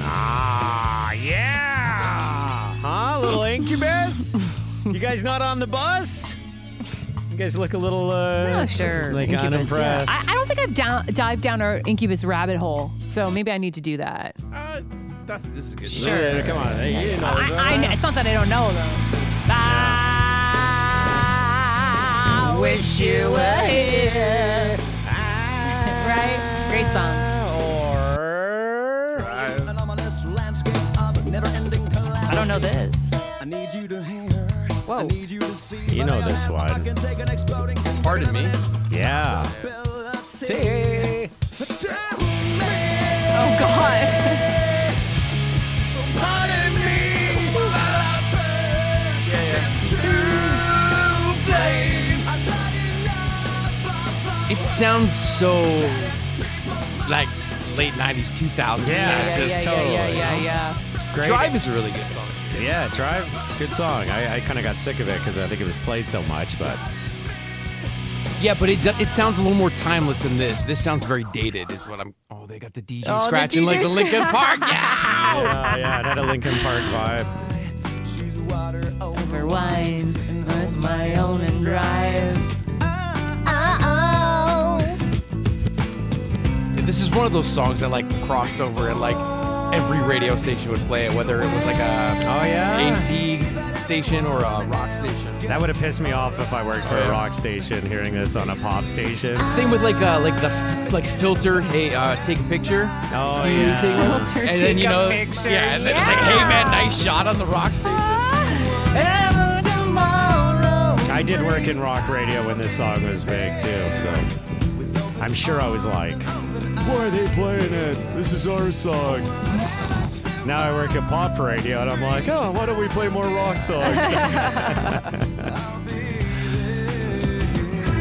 Ah, yeah. Huh, little incubus? you guys not on the bus? You guys look a little, uh, Oh, sure. like Incubus, Ah, unimpressed. I, I don't think I've down, dived down our incubus rabbit hole, so maybe I need to do that. Uh, that's this is good. Sure. come on. Hey, you didn't know I, this, I, kn- it's not that I don't know though. I wish you were here. right? Great song. Or Anonymous landscape of a never-ending collapse. I don't know this. I need you to hear. I Whoa. need you to see. You know this one. I can take an exploding Pardon me. yeah. ability. See? Tell me, Oh God. so pardon me while I burst into flames. I've had enough of It sounds so like late '90s, 2000s. Yeah, Like, yeah, yeah, just yeah, totally. yeah, yeah, yeah. Great. Drive is a really good song. Yeah, Drive. Good song. I, I kind of got sick of it because I think it was played so much, but Yeah, but it do- it sounds a little more timeless than this. This sounds very dated. Is what I'm. Oh, they got the DJ Oh, the scratching like DJ the Lincoln Park. Yeah. Oh. yeah, yeah, it had a Linkin Park vibe. She's water over For wine and hunt my own and drive. Yeah, This is one of those songs that like crossed over and like every radio station would play it, whether it was like Oh a yeah. AC station or a rock station. That would have pissed me off if I worked for Yeah. a rock station hearing this on a pop station. Same with like uh, like the f- like filter. Hey, uh, take a picture. Oh, You yeah. take one. Filter, and then take you a know, picture. yeah, and then it's like, hey man, nice shot on the rock station. I did work in rock radio when this song was big too, so I'm sure I was like, "Why are they playing it? This is our song." Now I work at pop radio, and I'm like, "Oh, why don't we play more rock songs?"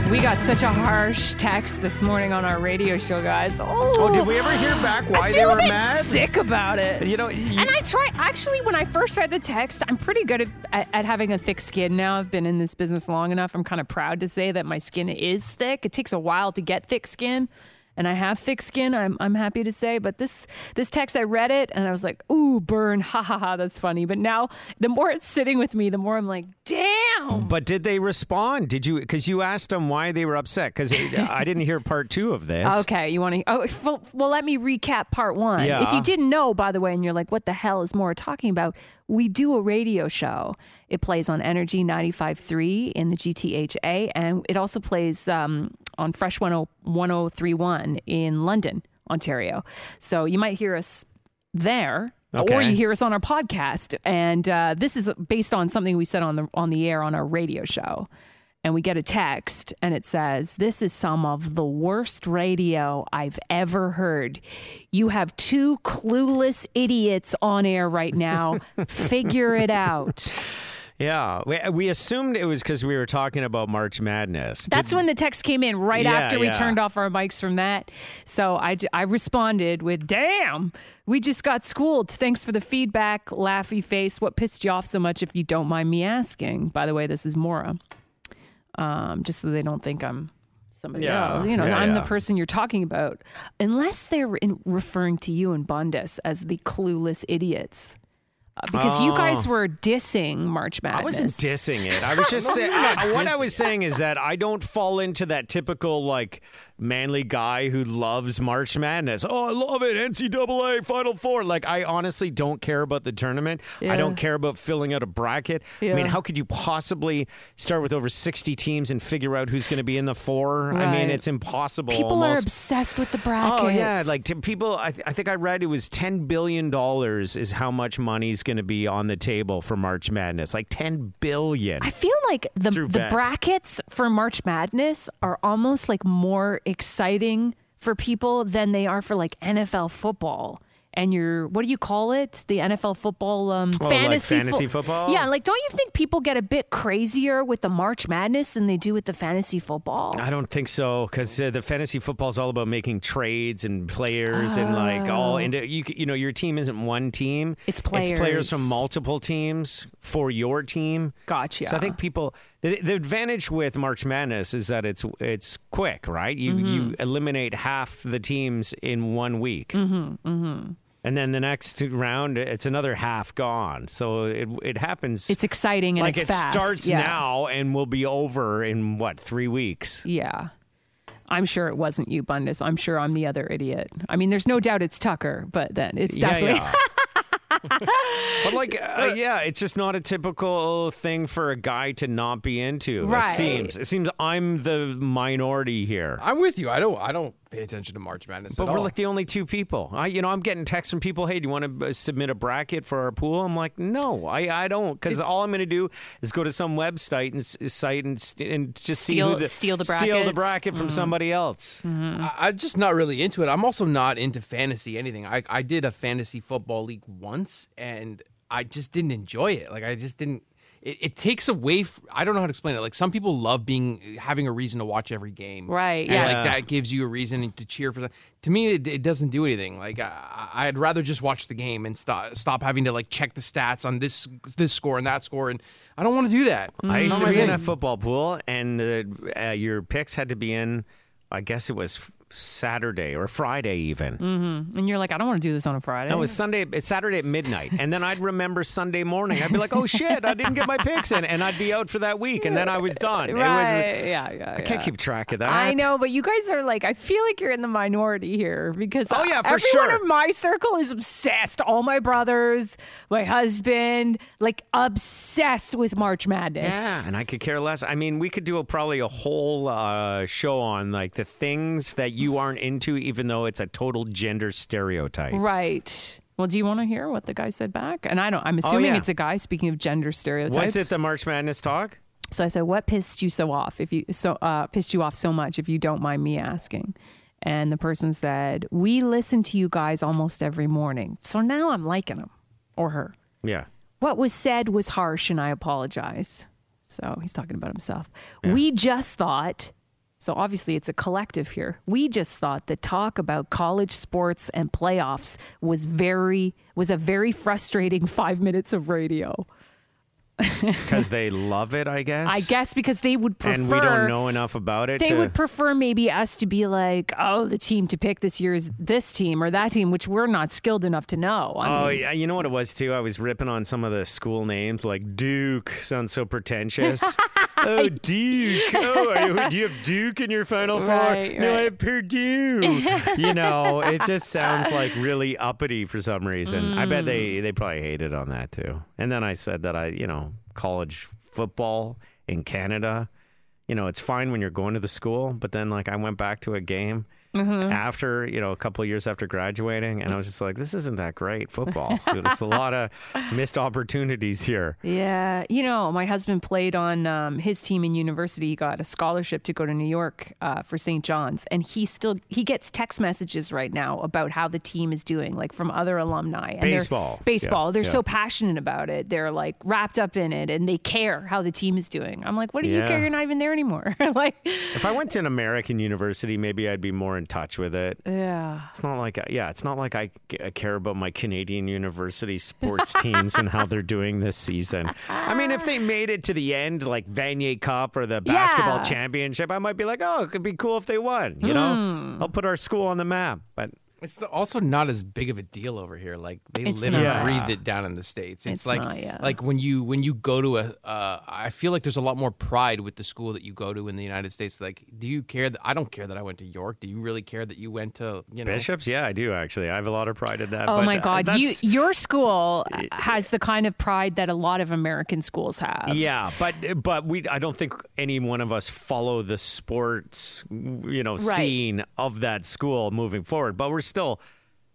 We got such a harsh text this morning on our radio show, guys. Oh, ever hear back I feel a bit sick about it. You know, you- and I try actually when I first read the text, I'm pretty good at, at, at having a thick skin now. I've been in this business long enough. I'm kind of proud to say that my skin is thick. It takes a while to get thick skin, and I have thick skin. I'm I'm happy to say, but this this text I read it and I was like, "Ooh, burn. Ha ha ha, that's funny." But now the more it's sitting with me, the more I'm like, "Damn." But did they respond? Did you? Because you asked them why they were upset. Because I didn't hear part two of this. Okay, you want to? Oh, well, well, let me recap part one. Yeah. If you didn't know, by the way, and you're like, "What the hell is Maura talking about?" We do a radio show. It plays on Energy 95.3 in the GTHA, and it also plays um, on Fresh 10- 1031 in London, Ontario. So you might hear us there. Or Okay. you hear us on our podcast, and uh, this is based on something we said on the on the air on our radio show and we get a text and it says, This is some of the worst radio I've ever heard. You have two clueless idiots on air right now. Figure it out. Yeah, we, we assumed it was because we were talking about March Madness. That's when the text came in right Yeah, after we yeah. turned off our mics from that. So I, j- I responded with, Damn, we just got schooled. Thanks for the feedback, laughy face. What pissed you off so much, if you don't mind me asking? By the way, this is Mora. Um, just so they don't think I'm somebody Yeah, else. You know, yeah, I'm yeah. the person you're talking about. Unless they're in, referring to you and Bondas as the clueless idiots. Uh, because you Oh. guys were dissing March Madness. I wasn't dissing it. I was just saying. I- what I was saying is that I don't fall into that typical like manly guy who loves March Madness. Oh, I love it. NCAA Final Four. Like, I honestly don't care about the tournament. I Yeah. don't care about filling out a bracket. I mean, Yeah. how could you possibly start with over 60 teams and figure out who's going to be in the four? I mean, Right. it's impossible. People are almost. obsessed with the brackets. Oh yeah, like to people. I, th- I think I read it was ten billion dollars is how much money's going to be on the table for March Madness. Like ten billion. I feel like the Through the bets. brackets for March Madness are almost like more exciting for people than they are for like NFL football. And your what do you call it? The NFL football um, Oh, like fantasy fantasy football? Yeah, like don't you think people get a bit crazier with the March Madness than they do with the fantasy football? I don't think so because uh, the fantasy football's all about making trades and players and like all and uh, you c- you know your team isn't one team. Oh. It's It's players from players. multiple teams for your team. Gotcha. So I think people the, the advantage with March Madness is that it's it's quick, right? You you Mm-hmm. eliminate half the teams in one week. Mm-hmm, mm-hmm. And then the next round, it's another half gone. So it it happens. it's exciting and like it's it fast. starts yeah. now and will be over in what three weeks. Yeah. I'm sure it wasn't you, Bundus. I'm sure I'm the other idiot. I mean, there's no doubt it's Tucker, but then it's definitely Yeah, yeah. but like, uh, yeah, it's just not a typical thing for a guy to not be into. Right. It seems. It seems I'm the minority here. I'm with you. I don't. I don't pay attention to March Madness But at we're all. like the only two people. I, you know, I'm getting texts from people. Hey, do you want to uh, submit a bracket for our pool? I'm like, no, I, I don't, because all I'm going to do is go to some website and s- site and s- and just see Steal- who the, steal the steal the brackets. Mm. bracket from somebody else. I, I'm just not really into it. I'm also not into fantasy anything. I I did a fantasy football league once, and I just didn't enjoy it. Like I just didn't. It, it takes away. F- I don't know how to explain it. Like some people love being having a reason to watch every game, Right, And, yeah. like that gives you a reason to cheer for. The- to me, it, it doesn't do anything. Like I, I'd rather just watch the game and stop stop having to like check the stats on this this score and that score, and I don't want to do that. I Mm, used Not to my be in thing. a football pool, and uh, uh, your picks had to be in. I guess it was Saturday or Friday, even. Mm. And you're like, I don't want to do this on a Friday. No, it was Sunday. It's Saturday at midnight, and then I'd remember Sunday morning. I'd be like, "Oh shit, I didn't get my picks in," and I'd be out for that week, and then I was done. right. It was. yeah, yeah. I can't keep track of that. I know, but you guys are like, I feel like you're in the minority here because Oh, yeah, for everyone sure. in my circle is obsessed. All my brothers, my husband, like obsessed with March Madness. Yeah, and I could care less. I mean, we could do a, probably a whole uh, show on like the things that you aren't into, even though it's a total gender stereotype. Right. Well, do you want to hear what the guy said back? And I don't. I'm assuming Oh, yeah. it's a guy. Speaking of gender Was stereotypes, it the March Madness talk? So I said, "What pissed you so off? If you so uh, pissed you off so much, if you don't mind me asking." And the person said, "We listen to you guys almost every morning, so now I'm liking him or her. Yeah. What was said was harsh, and I apologize." So he's talking about himself. We just thought. So obviously it's a collective here. We just thought the talk about college sports and playoffs was very was a very frustrating 5 minutes of radio. Because they love it, I guess. I guess because they would prefer And we don't know enough about it. they to- would prefer maybe us to be like, oh, the team to pick this year is this team or that team, which we're not skilled enough to know. I Oh mean, yeah, you know what it was too. I was ripping on some of the school names, like Duke sounds so pretentious. oh Duke! Oh, are you, do you have Duke in your Final Four? Right, No, I right. have Purdue. you know, it just sounds like really uppity for some reason. I bet they Mm. they probably hated on that too. And then I said that I, you know, college football in Canada. You know, it's fine when you're going to the school, but then like I went back to a game Mm-hmm. after you know a couple of years after graduating and i was just like this isn't that great football there's a lot of missed opportunities here yeah. You know, my husband played on um, his team in university. He got a scholarship to go to New York uh, for St. John's, and he still he gets text messages right now about how the team is doing, like from other alumni. And they're- Baseball. baseball. Yeah, they're yeah. so passionate about it. They're like wrapped up in it, and they care how the team is doing. I'm like, what do Yeah. you care? You're not even there anymore. like, if i went to an american university maybe i'd be more in touch with it yeah. it's not like yeah it's not like i c- I care about my canadian university sports teams and how they're doing this season i mean if they made it to the end like vanier cup or the basketball Yeah. Hmm. championship i might be like oh it could be cool if they won you know i'll put our school on the map but It's also not as big of a deal over here. Like they It's live not. and breathe it down in the states. It's It's, like not, yeah. like when you when you go to a. Uh, I feel like there's a lot more pride with the school that you go to in the United States. Like, do you care that I don't care that I went to York? Do you really care that you went to you know? Bishops? Yeah, I do actually. I have a lot of pride in that. Oh but, my uh, God! You, that's- your school has the kind of pride that a lot of American schools have. Yeah, but but we I don't think any one of us follow the sports you know Right. scene of that school moving forward, but we're still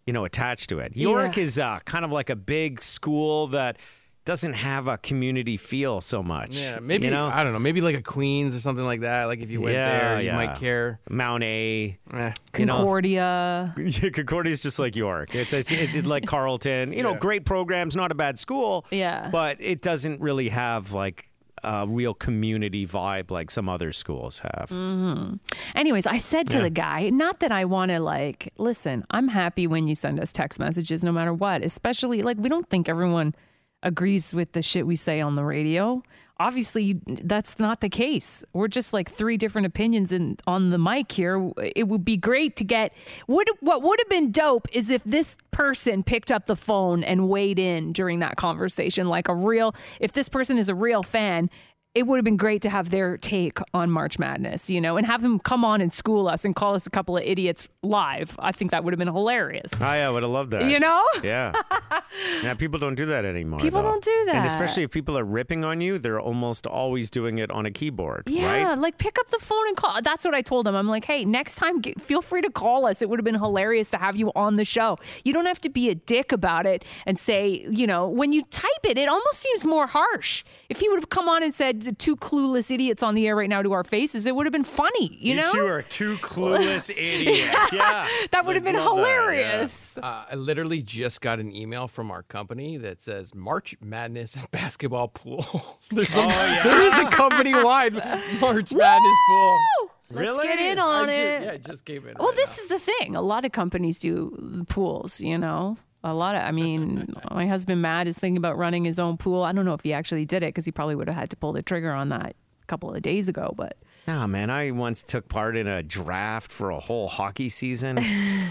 you know attached to it. York Yeah. is uh, kind of like a big school that doesn't have a community feel so much. Yeah, maybe you know I don't know. Maybe like a Queens or something like that. Like if you went Yeah, there, you yeah. might care. Mount A. Eh. You know, Concordia. Yeah, Concordia's just like York. It's it's, it- it's like Carleton. You know, great programs, not a bad school. Yeah. but it doesn't really have like a real community vibe like some other schools have. Mm. Anyways, I said to the guy, not that I want to like, listen, I'm happy when you send us text messages no matter what, especially like we don't think everyone agrees with the shit we say on the radio. Obviously, you- that's not the case. We're just like three different opinions in, on the mic here. It would be great to get would what would have been dope is if this person picked up the phone and weighed in during that conversation like a real if this person is a real fan it would have been great to have their take on March Madness, you know, and have them come on and school us and call us a couple of idiots live. I think that would have been hilarious. Oh, yeah, I would have loved that. You know? Yeah. yeah, people don't do that anymore. People though. don't do And that. especially if people are ripping on you, they're almost always doing it on a keyboard, Yeah, right? like pick up the phone and call. That's what I told them. I'm like, hey, next time, get, feel free to call us. It would have been hilarious to have you on the show. You don't have to be a dick about it and say, you know, when you type it, it almost seems more harsh. If he would have come on and said, the two clueless idiots on the air right now to our faces, it would have been funny, you, know? are two clueless idiots. Yeah. that would have been love that, yeah. hilarious. Uh, I literally just got an email from our company that says March Madness Basketball Pool. There's Oh, a, There is a company wide March Madness Pool. Let's Really? get in I on ju- it. yeah, I just came in. Well, right this is the thing. A lot of companies do the pools, you know. A lot of, I mean, my husband Matt is thinking about running his own pool. I don't know if he actually did it because he probably would have had to pull the trigger on that a couple of days ago. But Nah, man, I once took part in a draft for a whole hockey season.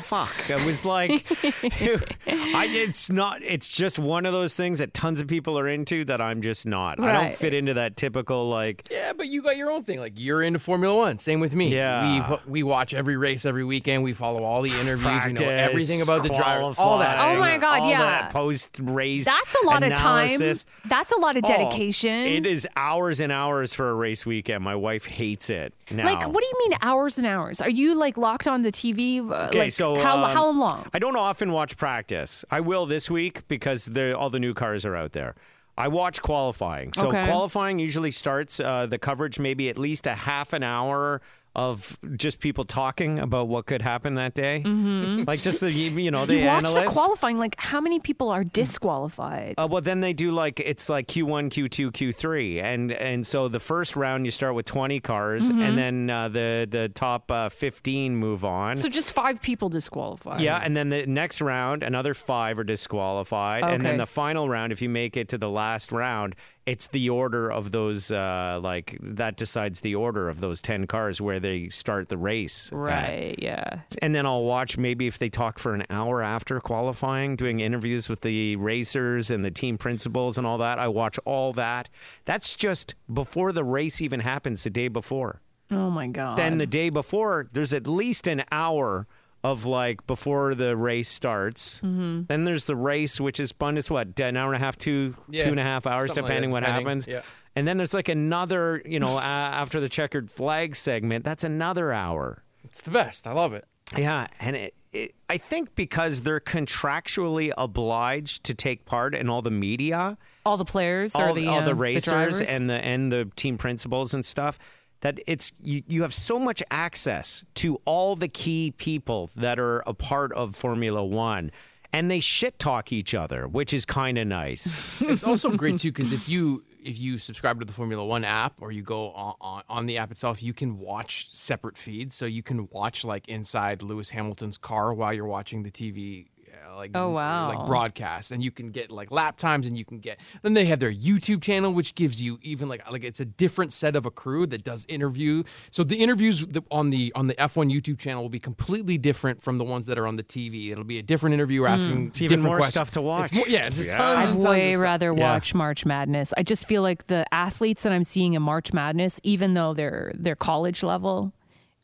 Fuck, I was like, I, it's not. It's just one of those things that tons of people are into that I'm just not. I don't Right. fit into that typical like. now. yeah, but you got your own thing. Like you're into Formula One. Same with me. Yeah. we we watch every race every weekend. We follow all the interviews. we know practice, everything about the driver. All that. qualifying, Oh my God, all yeah. that post race. that's a lot analysis. of time. That's a lot of Oh, dedication. it is hours and hours for a race weekend. My wife hates it. Now. like, what do you mean hours and hours? Are you like locked on the TV? Uh, Okay, like, so how, um, how long? I don't often watch practice. I will this week because the, all the new cars are out there. I watch qualifying. So Okay. qualifying usually starts uh, the coverage maybe at least a half an hour of just people talking about what could happen that day. Like just the you you know the Mm-hmm. Mm. you watch analysts. the qualifying. Like, how many people are disqualified? Uh, well, then they do like it's like Q one, Q two, Q three, and and so the first round you start with twenty cars, Mm-hmm. and then uh, the the top uh, fifteen move on. so just five people disqualified. yeah, and then the next round, another five are disqualified, and then Okay. the final round, if you make it to the last round, it's the order of those uh, like that decides the order of those ten cars where they start the race. at. Right. Yeah. And then I'll watch maybe if they talk for an hour after qualifying, doing interviews with the racers and the team principals and all that. I watch all that. That's just before the race even happens the day before. Oh my god. Then the day before, there's at least an hour of like before the race starts. Mm-hmm. Then there's the race, which is fun. It's what, an hour and a half, two, Yeah, two and a half hours, something like depending that, what depending, happens. yeah. And then there's like another, you know, a after the checkered flag segment, that's another hour. It's the best. I love it. Yeah, and it, it, I think because they're contractually obliged to take part in all the media, all the players all or the all uh, the racers drivers? and the and the team principals and stuff, that it's you, you have so much access to all the key people that are a part of Formula One, and they shit talk each other, which is kind of nice. it's also great too because if you if you subscribe to the Formula One app or you go on, on on the app itself, you can watch separate feeds. So you can watch like inside Lewis Hamilton's car while you're watching the TV uh, like Oh, wow. like broadcast, and you can get like lap times, and you can get. Then they have their YouTube channel, which gives you even like like it's a different set of a crew that does interview. So the interviews th- on the on the F1 YouTube channel will be completely different from the ones that are on the TV. It'll be a different interviewer asking Hmm. even different more questions. stuff to watch. It's more, yeah, it's just Yeah. tons and I'd tons of way stuff. rather Yeah. watch March Madness. I just feel like the athletes that I'm seeing in March Madness, even though they're they're college level,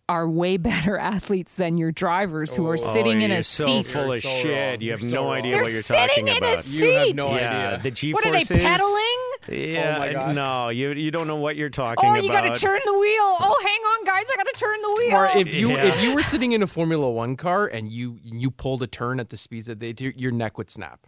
are way better athletes than your drivers who are sitting oh, in you're a so seat. full of You're so shit. wrong. You have You're so no wrong. idea they're what you're sitting talking in about. a seat. You have no idea. yeah, the G What are they forces. pedaling? Yeah, Oh my God. no, you you don't know what you're talking Oh, about. you got to turn the wheel. Oh, hang on, guys, I got to turn the wheel. Or if you Yeah. if you were sitting in a Formula One car and you you pulled a turn at the speeds that they do, your neck would snap.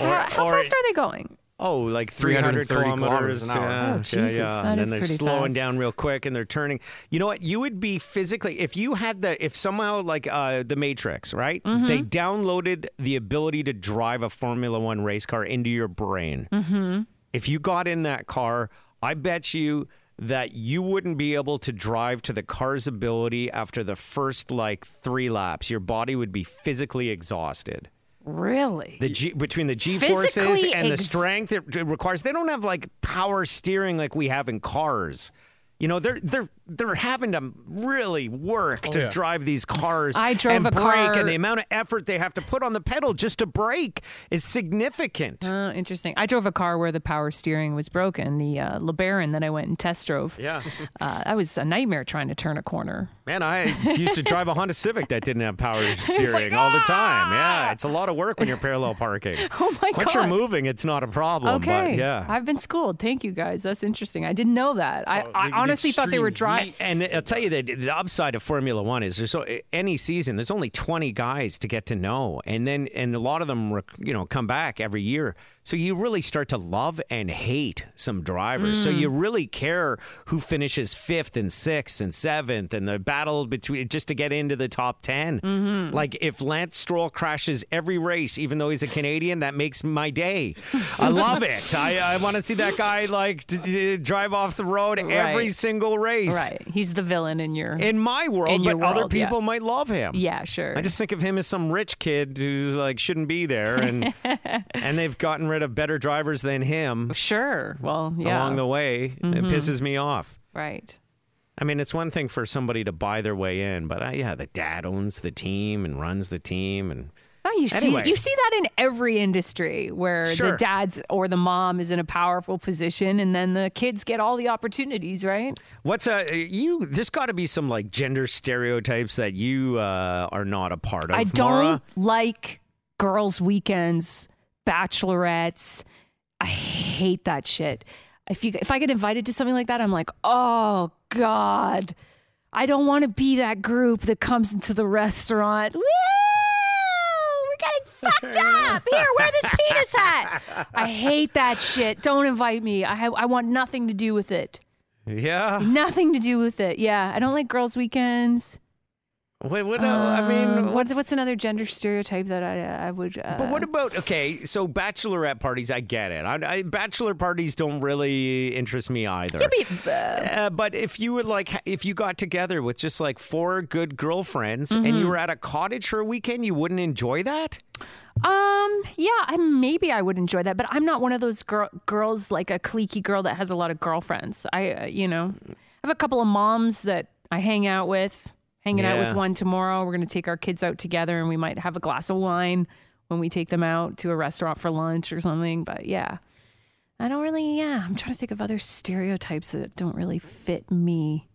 or- how how or- fast are they going? Oh, like 300 330 kilometers kilometers an hour. Yeah, Oh, yeah, Jesus, yeah. that and is then they're pretty slowing fast. down real quick and they're turning. You know what? You would be physically, if you had the, if somehow like uh, the Matrix, right? Mm-hmm. They downloaded the ability to drive a Formula One race car into your brain. Mm-hmm. If you got in that car, I bet you that you wouldn't be able to drive to the car's ability after the first like three laps. Your body would be physically exhausted Really? the G, between the G Physically forces and the ex- strength it it requires. They don't have like power steering like we have in cars. You know, they're they're they're having to really work to yeah. drive these cars. I drove and a brake, car- and the amount of effort they have to put on the pedal just to brake is significant. Oh, interesting. I drove a car where the power steering was broken, the uh, LeBaron that I went and test drove. yeah, Uh, that was a nightmare trying to turn a corner. man, I used to drive a Honda Civic that didn't have power steering like, all the time. "Ah!" Yeah, it's a lot of work when you're parallel parking. Oh my Once God. you're moving, it's not a problem. Okay. But yeah. I've been schooled. Thank you guys. That's interesting. I didn't know that. I, Oh, I the- the honestly thought they were extreme dry. heat. And I'll tell you that the upside of Formula One is there's so any season there's only 20 guys to get to know, and then and a lot of them rec- you know come back every year, so you really start to love and hate some drivers. So you really care who finishes fifth and sixth and seventh, and the battle between just to get into the top 10 Like if Lance Stroll crashes every race, even though he's a Canadian, that makes my day. I love it. I, I want to see that guy like d- d- drive off the road every Right. single race Right. He's the villain in your. in my world, In but your other world, yeah. people might love him. yeah, sure. I just think of him as some rich kid who like shouldn't be there, and and they've gotten rid of better drivers than him Sure. Well, yeah. Mm-hmm. along the way. It pisses me off. right. I mean, it's one thing for somebody to buy their way in, but uh, yeah, the dad owns the team and runs the team, and Oh, you see, Anyway. you see that in every industry where Sure. the dad's or the mom is in a powerful position, and then the kids get all the opportunities, right? What's a you? There's got to be some like gender stereotypes that you uh, are not a part of. I don't Maura. like girls' weekends, bachelorettes. I hate that shit. If you if I get invited to something like that, I'm like, oh god, I don't want to be that group that comes into the restaurant. Woo! We're getting fucked up. Here, wear this penis hat. I hate that shit. Don't invite me. I have, I want nothing to do with it. Yeah. Nothing to do with it. Yeah, I don't like girls' weekends. What? what uh, I mean, Um, what's what's what's another gender stereotype that I I would? Uh, But what about okay? So bachelorette parties, I get it. I, I, bachelor parties don't really interest me either. Uh, but if you would like, if you got together with just like four good girlfriends Mm-hmm. and you were at a cottage for a weekend, you wouldn't enjoy that. um, yeah, I maybe I would enjoy that, but I'm not one of those girl, girls like a cliquey girl that has a lot of girlfriends. I uh, you know, I have a couple of moms that I hang out with. Hanging out Yeah. with one tomorrow. We're gonna take our kids out together, and we might have a glass of wine when we take them out to a restaurant for lunch or something. But yeah. I don't really, yeah. I'm trying to think of other stereotypes that don't really fit me.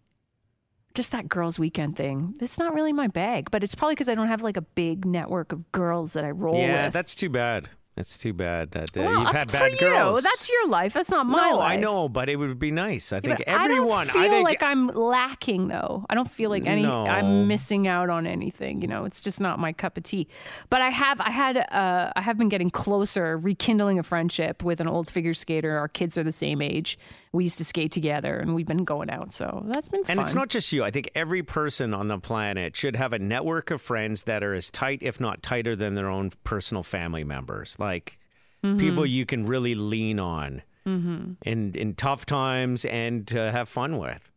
Just that girls' weekend thing. It's not really my bag, but it's probably because I don't have like a big network of girls that I roll yeah, with. that's too bad. That's too bad. That uh, Oh, Well, you've had for bad girls. You. That's your life. That's not my no, life. I know, but it would be nice. I Yeah, think but everyone. I don't feel think like I'm lacking though. I don't feel like any No. I'm missing out on anything. You know, it's just not my cup of tea. But I have I had uh, I have been getting closer, rekindling a friendship with an old figure skater. Our kids are the same age. We used to skate together, and we've been going out. So that's been fun. And it's not just you. I think every person on the planet should have a network of friends that are as tight, if not tighter, than their own personal family members. Like people you can really lean on in in tough times and uh, have fun with.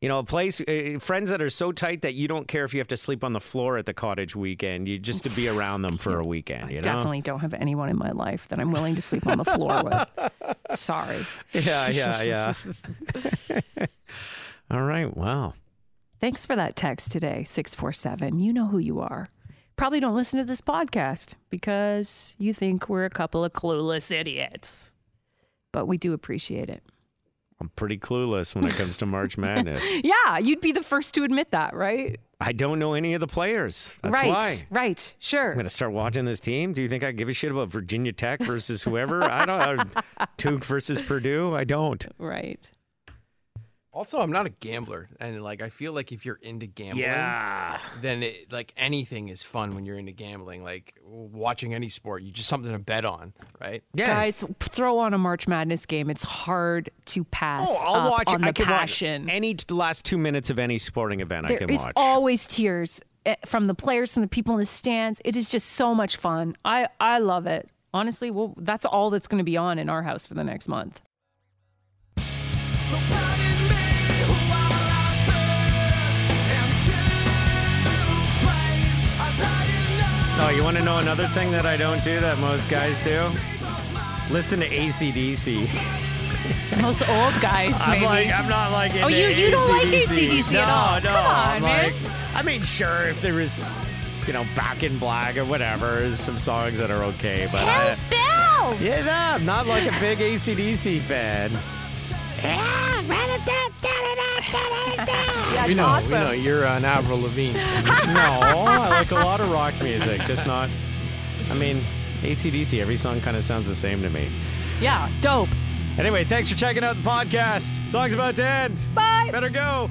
You know, a place, uh, friends that are so tight that you don't care if you have to sleep on the floor at the cottage weekend. You just to be around them for a weekend. You know, Definitely don't have anyone in my life that I'm willing to sleep on the floor with. Sorry. Yeah, yeah, yeah. All right. Wow. Thanks for that text today, 647. You know who you are. Probably don't listen to this podcast because you think we're a couple of clueless idiots. But we do appreciate it. I'm pretty clueless when it comes to March Madness. Yeah, you'd be the first to admit that, right? I don't know any of the players. That's right. why. Right. I'm Sure. going to start watching this team. Do you think I give a shit about Virginia Tech versus whoever? I don't. uh, Duke versus Purdue? I don't. Right. Also, I'm not a gambler, and like I feel like if you're into gambling, then it, like anything is fun when you're into gambling. Like watching any sport, you just something to bet on, right? Yeah. Guys, throw on a March Madness game. It's hard to pass Oh, up I'll watch on the I can passion. watch any t- last two minutes of any sporting event. I There can is watch. always tears eh, from the players and the people in the stands. It is just so much fun. I I love it. Honestly, well, that's all that's going to be on in our house for the next month. So pardon me, who I like best, am too brave. I pardon no oh, you want to know another thing that I don't do that most guys do? people's minds. Listen to ACDC. Most old guys, I'm maybe. like, I'm not like. Oh, into you- you don't like AC/DC no, at all. No, Come on, I'm man. Like, I mean, sure, if there was, you know, Back in Black or whatever, there's some songs that are okay, but I, Hell's bells! yeah, no, I'm not like a big ACDC fan. That's we know, awesome. we know. You're an Avril Lavigne. No, I like a lot of rock music, just not. I mean, ACDC. Every song kind of sounds the same to me. Yeah, dope. Anyway, thanks for checking out the podcast. Song's about to end. Bye. Better go.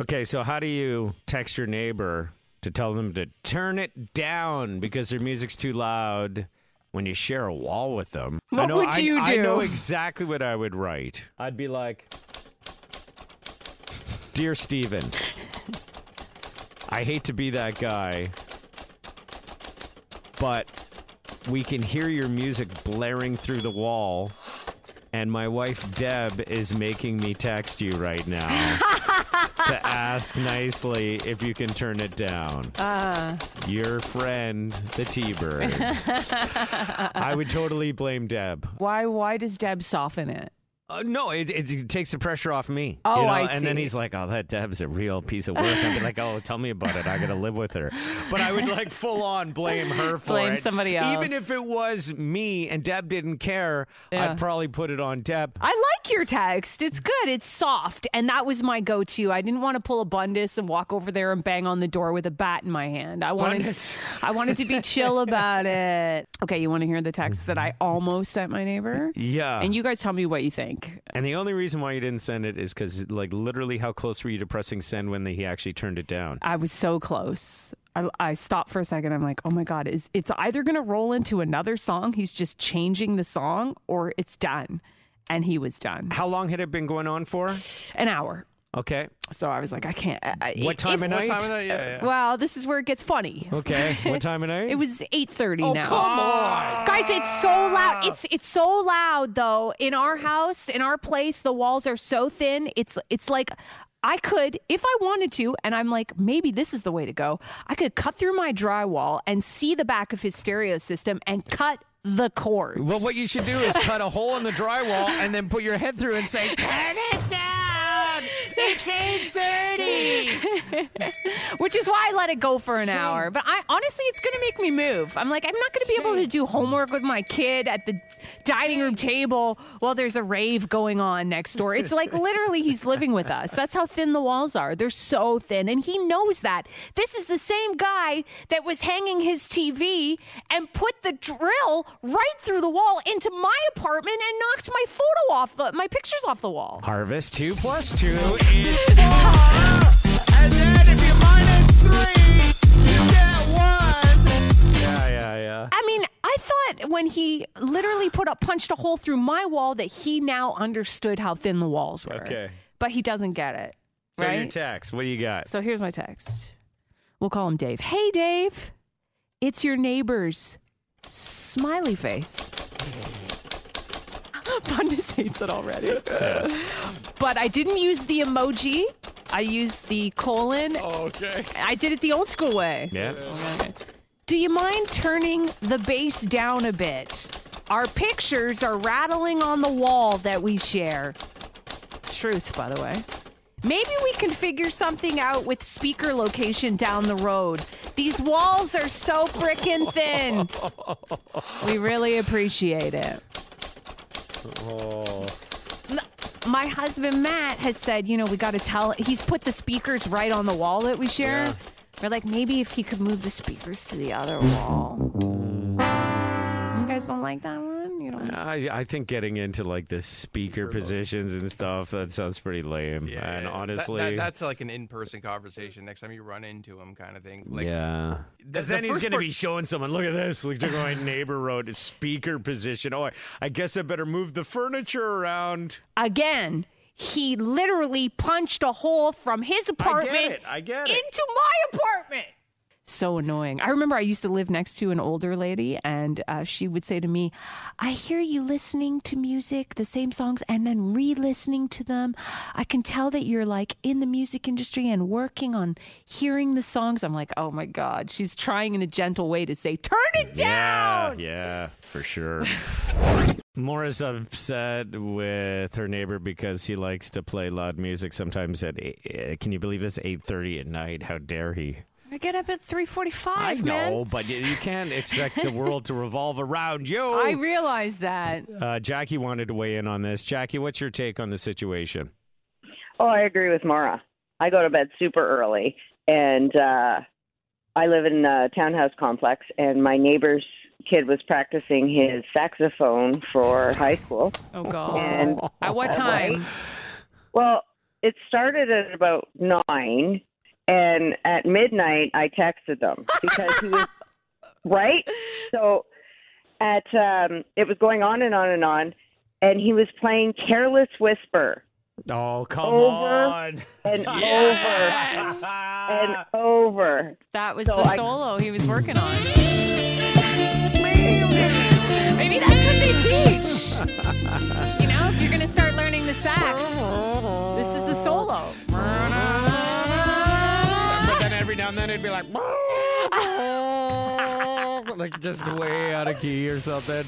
Okay, so how do you text your neighbor to tell them to turn it down because their music's too loud when you share a wall with them? I What know- would I- you I know do? exactly what I would write. I'd be like, Dear Steven, I hate to be that guy, but we can hear your music blaring through the wall, and my wife Deb is making me text you right now to ask nicely if you can turn it down. Uh. Your friend, the T Bird. I would totally blame Deb. Why? Why does Deb soften it? Uh, no, it, it, it takes the pressure off me. Oh, you know? I And then see. he's like, "Oh, that Deb's a real piece of work." I'd be like, "Oh, tell me about it. I gotta live with her." But I would like full on blame her for Blame it. somebody Even else. if it was me and Deb didn't care, Yeah. I'd probably put it on Deb. I like your text. It's good. It's soft, and that was my go-to. I didn't want to pull a bundes and walk over there and bang on the door with a bat in my hand. I wanted, Bundes. I wanted to be chill about it. Okay, you want to hear the text that I almost sent my neighbor? Yeah. And you guys tell me what you think. And the only reason why you didn't send it is because, like, literally, how close were you to pressing send when he actually turned it down? I was so close. I, I stopped for a second. I'm like, oh my god, is it's either gonna roll into another song? He's just changing the song, or it's done. And he was done. How long had it been going on for? An hour. Okay. So I was like, I can't. I, What time of night? What time of night? Yeah, yeah. Well, this is where it gets funny. Okay. What time of night? It was 8:30 now. on. Guys, it's so loud. It's it's so loud though. In our house, in our place, the walls are so thin. It's it's like I could, if I wanted to, and I'm like, maybe this is the way to go. I could cut through my drywall and see the back of his stereo system and cut the cords. Well, what you should do is cut a hole in the drywall and then put your head through and say, "Turn it down." It's eight thirty. which is why I let it go for an hour. But I honestly, it's going to make me move. I'm like, I'm not going to be able to do homework with my kid at the dining room table while there's a rave going on next door. It's like literally he's living with us. That's how thin the walls are. They're so thin, and he knows that. This is the same guy that was hanging his TV and put the drill right through the wall into my apartment and knocked my photo off the my pictures off the wall. Harvest two plus two is four. And then if you minus three, you get one. Yeah, yeah, yeah. I mean, I thought when he literally put up, punched a hole through my wall, that he now understood how thin the walls were. Okay. But he doesn't get it. So your right? text, what do you got? so here's my text. We'll call him Dave. Hey, Dave. It's your neighbors. Smiley face. Bundes hates it already. but I didn't use the emoji. I used the colon. Oh, Okay. I did it the old school way. Yeah. Do you mind turning the bass down a bit? Our pictures are rattling on the wall that we share. Truth, by the way. Maybe we can figure something out with speaker location down the road. These walls are so frickin' thin. we really appreciate it. M- My husband Matt has said, you know, we got to tell. He's put the speakers right on the wall that we share. We're like, maybe if he could move the speakers to the other wall. You guys don't like that one? You don't. I, I think getting into like the speaker positions and stuff, that sounds pretty lame. and That- honestly, that- that's like an in-person conversation. Next time you run into him, kind of thing. Like, yeah. the- the then he's first going to part- be showing someone, look at this. Look, look what my neighbor wrote It's speaker position. Oh, I, I guess I better move the furniture around. Again, he literally punched a hole from his apartment it. I get it. into my apartment. So annoying. I remember I used to live next to an older lady, and uh, she would say to me, I hear you listening to music, the same songs, and then re listening to them. I can tell that you're like in the music industry and working on hearing the songs. I'm like, oh my God, she's trying in a gentle way to say, turn it down. Yeah, yeah, for sure. Mora's upset with her neighbor because he likes to play loud music sometimes at eight, eh, can you believe this 8:30 at night? How dare he? I get up at 3:45. I man. know, but you, you can't expect the world to revolve around you. I realize that. uh, Jackie wanted to weigh in on this. Jackie, what's your take on the situation? Oh, I agree with Mara. I go to bed super early, and uh, I live in a townhouse complex. And my neighbor's kid was practicing his saxophone for high school. Oh God. And- At what time? Well, it started at about nine, and at midnight I texted them because he was right. So at um, it was going on and on and on, and he was playing "Careless Whisper" Oh, come Over. on. and over and over. That was So the I- solo he was working on. Maybe that's what they teach. You know, if you're gonna start learning the sax, this is the solo. But then every now and then it'd be like, like just way out of key or something.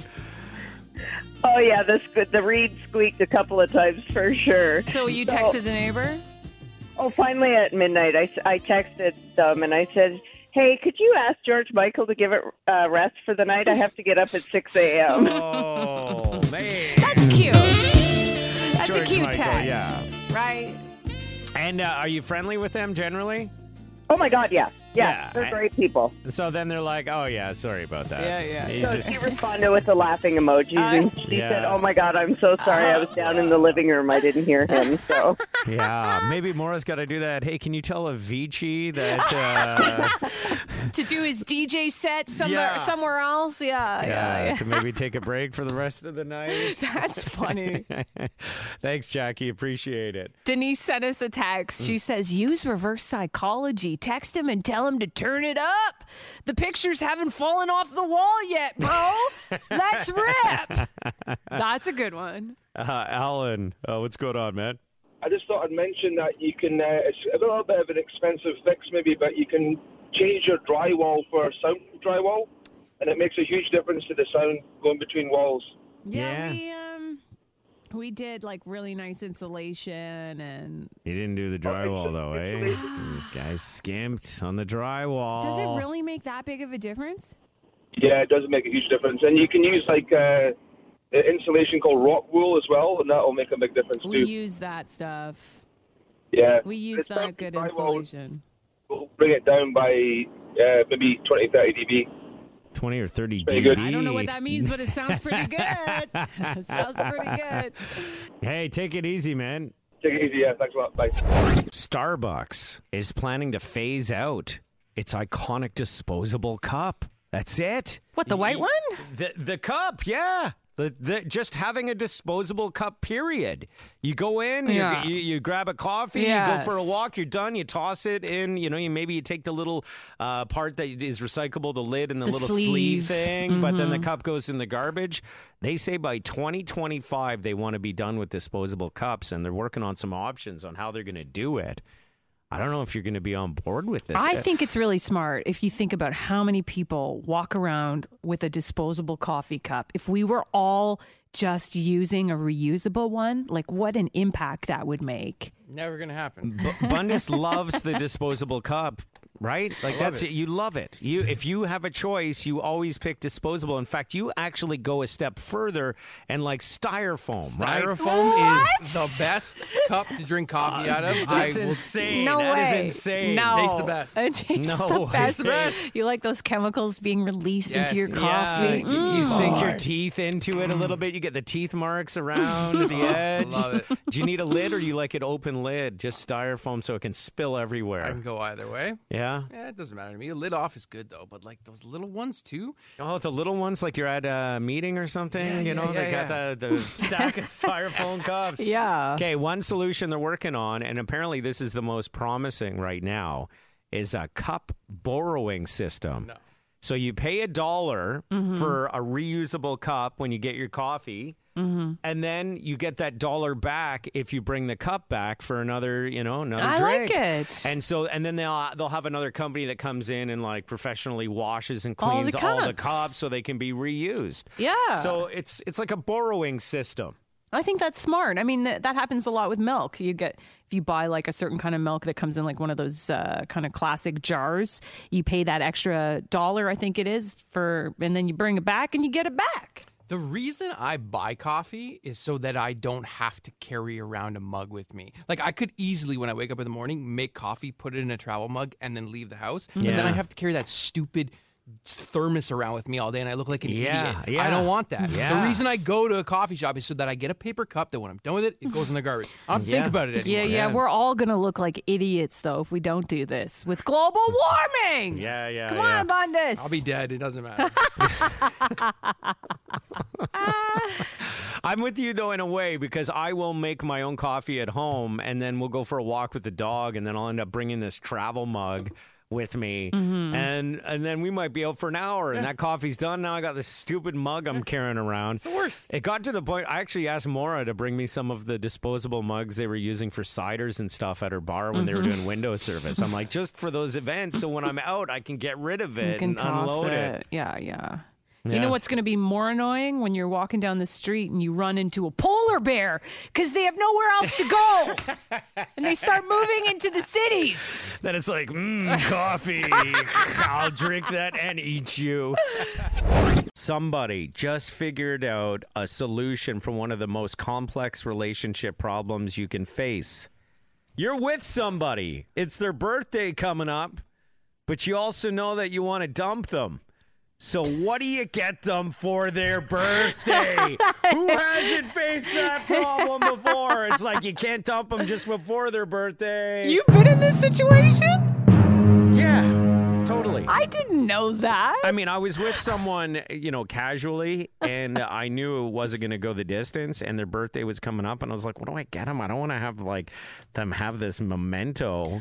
Oh yeah, the sque- the reed squeaked a couple of times for sure. So you texted the neighbor? Oh, finally at midnight, I, s- I texted them and I said, "Hey, could you ask George Michael to give it uh, rest for the night? I have to get up at six a.m." Oh, man. That's cute. That's a George cute Michael, text, yeah. right? And uh, are you friendly with them generally? oh my God, yeah, yeah, Yeah, they're I- great people. So then they're like, "Oh yeah, sorry about that." Yeah, yeah, He's So just- she responded with the laughing emojis, and she Yeah. said, "Oh my God, I'm so sorry. I was down in the living room. I didn't hear him." So yeah. Maybe Mora's got to do that. Hey, can you tell Avicii that? Uh, To do his DJ set somewhere Yeah. somewhere else. Yeah, yeah, yeah, yeah. to maybe take a break for the rest of the night. That's funny. Thanks, Jackie. Appreciate it. Denise sent us a text. Mm. She says, use reverse psychology. Text him and tell him to turn it up. The pictures haven't fallen off the wall yet, bro. Let's rip. That's a good one. Uh, Alan, uh, what's going on, man? I just thought I'd mention that you can. Uh, it's a little bit of an expensive fix, maybe, but you can change your drywall for sound drywall, and it makes a huge difference to the sound going between walls. Yeah, Yeah. we um We did like really nice insulation and You didn't do Oh, the drywall though, eh? You guys skimped on the drywall. does it really make that big of a difference? Yeah, it does make a huge difference, and you can use like uh, insulation called rock wool as well, and that will make a big difference We too. use that stuff. Yeah, We use It's that good probably drywall. insulation. We'll bring it down by uh, maybe 20, 30 dB. Twenty or thirty Pretty good. dB. I don't know what that means, but it sounds pretty good. It sounds pretty good. Hey, take it easy, man. Take it easy. Yeah, thanks a lot. Bye. Starbucks is planning to phase out its iconic disposable cup. That's it. What the white one? The the cup, yeah. The, the, just having a disposable cup, period. You go in, Yeah. you, you, you grab a coffee, you go for a Yes. walk, you're done, you toss it in, you know, you maybe you take the little uh, part that is recyclable, the lid and the, The little sleeve. Mm-hmm. thing, but then the cup goes in the garbage. They say by 2025 they want to be done with disposable cups, and they're working on some options on how they're going to do it. I don't know if you're going to be on board with this. I Uh, think it's really smart if you think about how many people walk around with a disposable coffee cup. If we were all just using a reusable one, like what an impact that would make. Never gonna happen. B- Bundus loves the disposable cup, right? Like that's it. it. You love it. You if you have a choice, you always pick disposable. In fact, you actually go a step further and like styrofoam, right? Styrofoam is the best cup to drink coffee out of. That's I will insane. No That is way. insane. No. Tastes the best. It tastes No the way. best. Tastes the best. You like those chemicals being released Yes. into your Yeah, coffee. you- you Mm. sink your teeth into Mm. it a little bit. You get the teeth marks around the edge. love it. Do you need a lid or you like an open lid, just styrofoam, so it can spill everywhere? I can go either way. yeah. Yeah, it doesn't matter to me. A lid off is good though, but like those little ones too. Oh, the little ones, like you're at a meeting or something, Yeah, you yeah, know, they yeah, got the, the stack of styrofoam cups. Yeah. Okay, one solution they're working on, and apparently this is the most promising right now, is a cup borrowing system. No. So you pay a dollar Mm-hmm. for a reusable cup when you get your coffee, Mm-hmm. and then you get that dollar back if you bring the cup back for another, you know, another I like drink. it. And so, and then they'll they'll have another company that comes in and like professionally washes and All the cleans all the, cups. cups so they can be reused. Yeah. So it's it's like a borrowing system. I think that's smart. I mean, th- that happens a lot with milk. You get if you buy like a certain kind of milk that comes in like one of those uh, kind of classic jars, you pay that extra dollar, I think it is, for, and then you bring it back and you get it back. The reason I buy coffee is so that I don't have to carry around a mug with me. Like I could easily, when I wake up in the morning, make coffee, put it in a travel mug, and then leave the house. But then I Yeah. have to carry that stupid thermos around with me all day, and I look like an Yeah, idiot. I yeah. don't want that. Yeah. The reason I go to a coffee shop is so that I get a paper cup that when I'm done with it, it goes in the garbage. I don't think Yeah. about it anymore. Yeah, yeah, Yeah. We're all going to look like idiots, though, if we don't do this with global warming. Yeah, yeah. Come yeah. on, Bundes. I'll be dead. It doesn't matter. I'm with you though in a way because I will make my own coffee at home and then we'll go for a walk with the dog and then I'll end up bringing this travel mug with me and and then we might be out for an hour and that coffee's done now I got this stupid mug I'm carrying around. It's the worst. It got to the point I actually asked Mora to bring me some of the disposable mugs they were using for ciders and stuff at her bar when they were doing window service. I'm like just for those events so when I'm out I can get rid of it can and toss unload it. Yeah, yeah. You Yeah. know what's going to be more annoying when you're walking down the street and you run into a polar bear because they have nowhere else to go and they start moving into the cities. Then it's like, mmm, coffee. I'll drink that and eat you. Somebody just figured out a solution for one of the most complex relationship problems you can face. You're with somebody, it's their birthday coming up, but you also know that you want to dump them. So, what do you get them for their birthday? Who hasn't faced that problem before? It's like you can't dump them just before their birthday. You've been in this situation? Yeah, totally. I, I didn't know that. mean, I was with someone, you know, casually, and I knew it wasn't going to go the distance, and their birthday was coming up, and I was like, what do I get them? I don't want to have, like, them have this memento.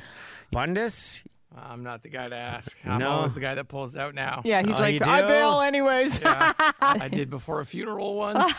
Bundes? I'm not the guy to ask. I'm No. always the guy that pulls out now. yeah, he's Oh, like, you I do? bail anyways. I did before a funeral once.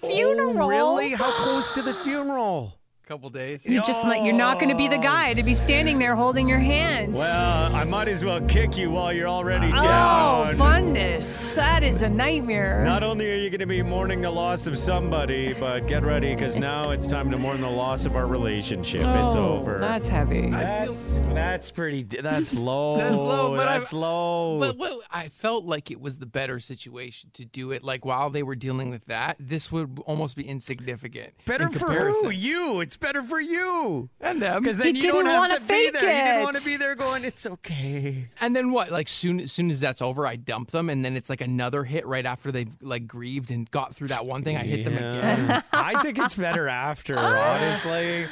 Funeral. Oh, really? How close to the funeral? couple days. You just like you're not going to be the guy to be standing there holding your hand. Well, I might as well kick you while you're already Oh, down. Fundus. That is a nightmare. Not only are you going to be mourning the loss of somebody, but get ready because now it's time to mourn the loss of our relationship. it's Oh, over. That's heavy. that's, that's pretty. d- That's low. That's low, but that's I- low. But what, I felt like it was the better situation to do it. Like while they were dealing with that, this would almost be insignificant. better in for comparison. who? You. It's better for you. and them. Because then He you don't didn't have wanna to be fake there. You didn't it. want to be there going, it's okay. And then what? Like soon, as soon as that's over, I dump them, and then it's like another hit right after they've like grieved and got through that one thing. I hit them again. Yeah. I think it's better after, honestly.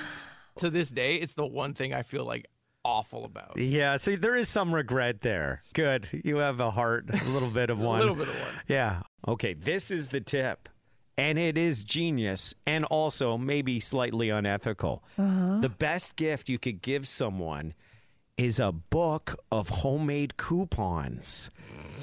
To this day, it's the one thing I feel like awful about. Yeah, see, there is some regret there. Good. You have a heart, a little bit of one. A little bit of one. Yeah. Okay, this is the tip. And it is genius and also maybe slightly unethical. The best gift you could give someone is a book of homemade coupons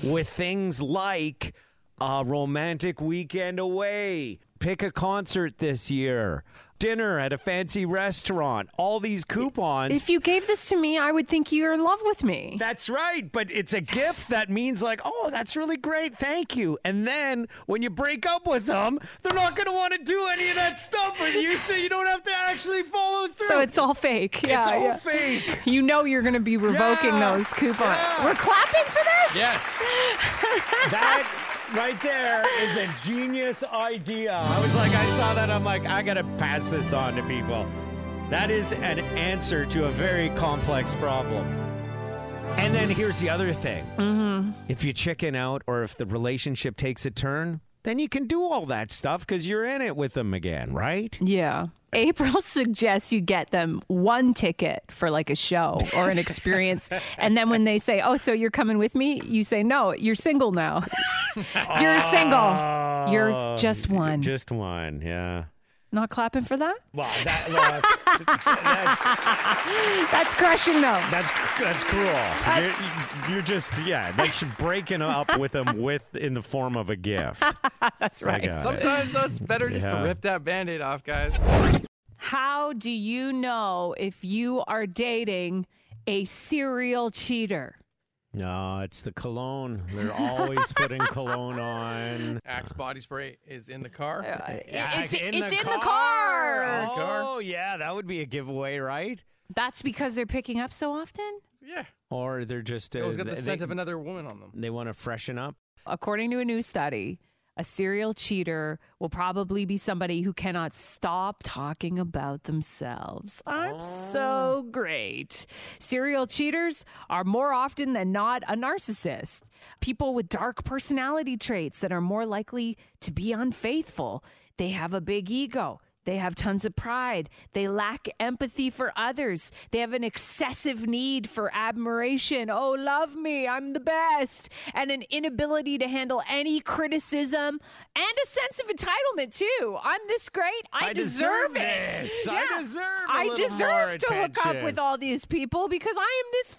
with things like a romantic weekend away, pick a concert this year, dinner at a fancy restaurant, all these coupons. If you gave this to me, I would think you're in love with me. That's right, but it's a gift that means like, oh, that's really great, thank you. And then when you break up with them, they're not going to want to do any of that stuff with you, so you don't have to actually follow through. so it's all fake. Yeah, It's all yeah. fake. You know you're going to be revoking Yeah, those coupons. yeah. We're clapping for this? Yes. That right there is a genius idea. I was like, I saw that, I'm like, I got to pass this on to people. That is an answer to a very complex problem. And then here's the other thing. Mm-hmm. If you chicken out or if the relationship takes a turn, then you can do all that stuff because you're in it with them again, right? Yeah. April suggests you get them one ticket for like a show or an experience. and then when they say, Oh, so you're coming with me? You say, No, you're single now. you're single. Oh. You're just one. Just one, yeah. Not clapping for that? Wow, that, uh, that's That's crushing them. That's that's cruel. You're, you're just yeah. That's breaking up with them with in the form of a gift. that's right. Sometimes though, it's better just Yeah. to rip that band-aid off, guys. How do you know if you are dating a serial cheater? No, it's the cologne. They're always putting cologne on. Axe body spray is in the car. it's it's in the car. In the car. Oh yeah, that would be a giveaway, right? That's because they're picking up so often? yeah. Or they're just uh, It always got they, the scent of another woman on them. they want to freshen up. According to a new study, a serial cheater will probably be somebody who cannot stop talking about themselves. I'm so great. Serial cheaters are more often than not a narcissist. People with dark personality traits that are more likely to be unfaithful. They have a big ego. They have tons of pride. They lack empathy for others. They have an excessive need for admiration. Oh, love me. I'm the best. And an inability to handle any criticism and a sense of entitlement, too. I'm this great. I, I deserve deserve, it. this. I deserve a I little more deserve to hook up attention. with all these people because I am this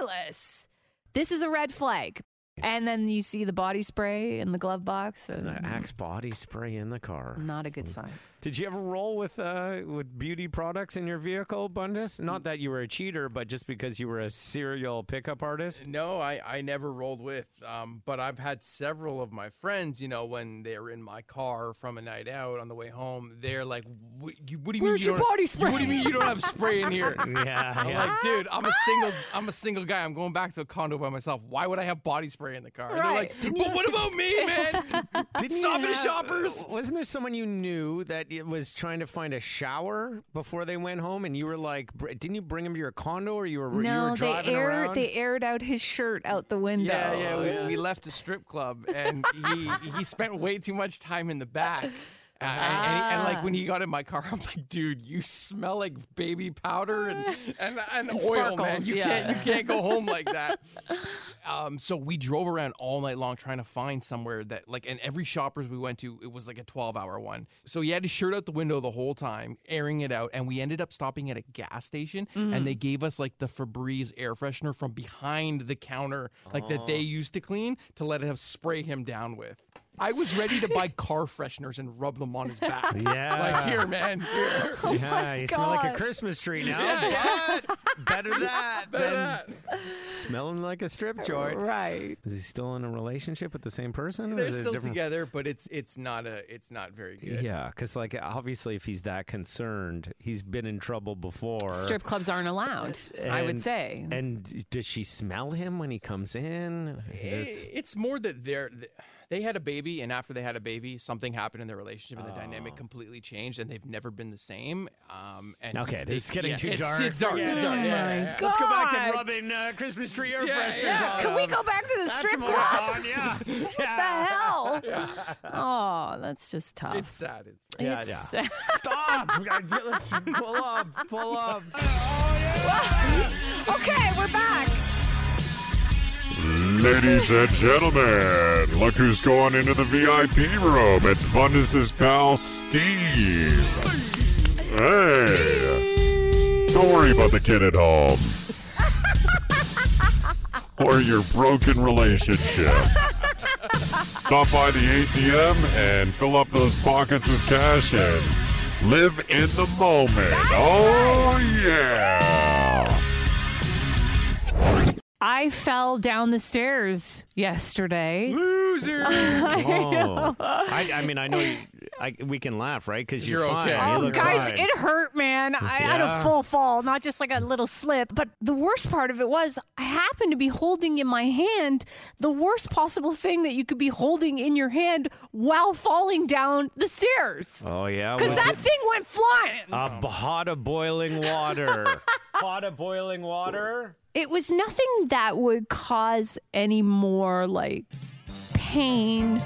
fabulous. This is a red flag. And then you see the body spray in the glove box. The And Axe body spray in the car. not a good sign. Did you ever roll with uh, with beauty products in your vehicle, Bundes? Not that you were a cheater, but just because you were a serial pickup artist. No, I, I never rolled with, um, but I've had several of my friends, you know, when they're in my car from a night out on the way home, they're like, what, you, what do you Where's mean? your you don't- body you- What do you mean you don't have spray in here? Yeah, I'm like, dude, I'm a single, I'm a single guy. I'm going back to a condo by myself. Why would I have body spray in the car? And They're Right. like, but what about me, man? Didn't Stop you it, have- shoppers. Wasn't there someone you knew that it was trying to find a shower before they went home, and you were like, br- didn't you bring him to your condo, or you were you No, were they driving aired around? they aired out his shirt out the window. Yeah, yeah. We, we left a strip club, and he he spent way too much time in the back. Uh, and, and, he- and, like when he Ah. got in my car, I'm like, dude, you smell like baby powder and and, and, oil, man. sparkles, You yeah. can't you can't go home like that. Um, so we drove around all night long trying to find somewhere that like, and every shoppers we went to, it was like a 12 hour one. So he had his shirt out the window the whole time, airing it out, and we ended up stopping at a gas station, and they gave us like the Febreze air freshener from behind the counter, like that they used to clean, to let us spray him down with. I was ready to buy car fresheners and rub them on his back. Yeah. Like, here, man. Here. yeah, you smell like God. a Christmas tree now. Oh Yeah, yeah. Better that Better than that. smelling like a strip joint. Right. Is he still in a relationship with the same person? or They're is it a still different- together, but it's it's not a it's not very good. Yeah, because like obviously, if he's that concerned, he's been in trouble before. Strip clubs aren't allowed, I would And- say. And does she smell him when he comes in? It's- It- It's more that they're they had a baby, and after they had a baby, something happened in their relationship, and the dynamic Oh. completely changed, and they've never been the same. Um, and Okay, this is getting too it's, dark. It's dark. It's dark. Yeah, yeah, yeah. Let's go back God. to rubbing uh, Christmas tree air Yeah, fresheners yeah. on. Can we go back to the That's strip more club? fun, yeah. the hell? Oh, that's just tough. It's sad. It's very yeah, It's- Stop! Let's pull up, pull up. okay, we're back. Ladies and gentlemen, look who's going into the VIP room. It's Bundes' pal, Steve. Hey. Don't worry about the kid at home. or your broken relationship. Stop by the ATM and fill up those pockets with cash and live in the moment. oh, yeah. I fell down the stairs yesterday. Oh. I, I mean, I know you, I, we can laugh, right? Because you're, You're fine. okay. You Oh, look guys, fine. it hurt, man. I had a Yeah. full fall, not just like a little slip. But the worst part of it was I happened to be holding in my hand the worst possible thing that you could be holding in your hand while falling down the stairs. Oh yeah, Because was that it Uh. thing went flying. a b- pot of boiling water? pot of boiling water. it was nothing that would cause any more like pain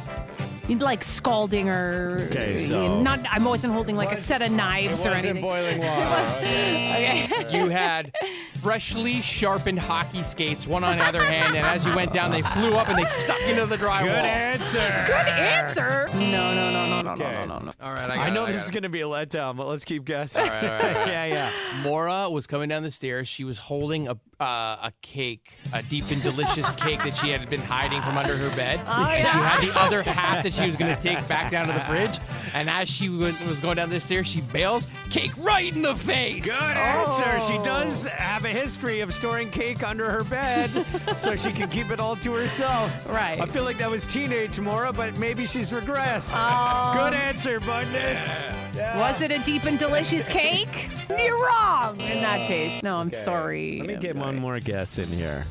like scalding or Okay, so- not i wasn't holding like a set of knives or anything boiling water. okay. You had freshly sharpened hockey skates, one on either hand, and as you went down, they flew up and they stuck into the drywall. Good answer. good answer no no no no no Okay. no no no All right, I, got I it, know I this got is it. going to be a letdown, but let's keep guessing. All right, all right, all right. yeah, yeah. Mora was coming down the stairs. She was holding a uh, a cake, a deep and delicious cake that she had been hiding from under her bed. and she had the other half that she was going to take back down to the fridge. And as she went, was going down the stairs, she bails cake right in the face. Good answer. She does have a history of storing cake under her bed so she can keep it all to herself. Right. I feel like that was teenage Mora, but maybe she's regressed. Good answer, Bundes. was it a deep and delicious cake you're wrong in that case no i'm sorry Let me I'm get sorry. one more guess in here.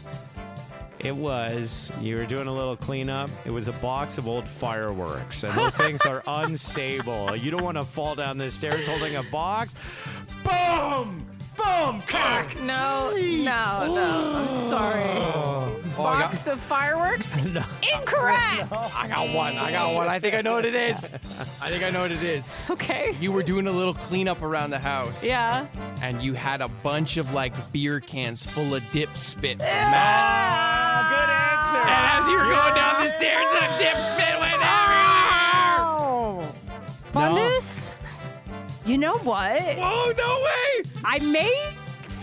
It was, you were doing a little cleanup. It was a box of old fireworks, and those things are unstable. You don't want to fall down the stairs holding a box. Boom! Boom! Cock! no no no i'm sorry Oh, I, got, box of fireworks incorrect I got one. I got one. I think I know what it is. I think I know what it is. okay You were doing a little cleanup around the house. yeah And you had a bunch of like beer cans full of dip spit from that. Good Ah, answer. And as you were going down the stairs, the dip spit went everywhere. Wow. Fundus? You know what? Oh no way! I may